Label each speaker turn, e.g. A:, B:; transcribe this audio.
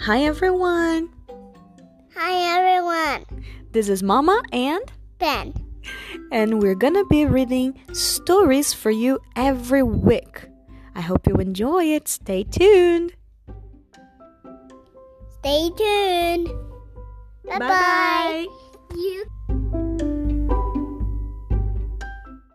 A: Hi everyone!
B: Hi everyone,
A: This is Mama and
B: Ben.
A: and we're gonna be reading stories for you every week. I hope you enjoy it. Stay tuned.
B: Stay tuned. Bye bye. You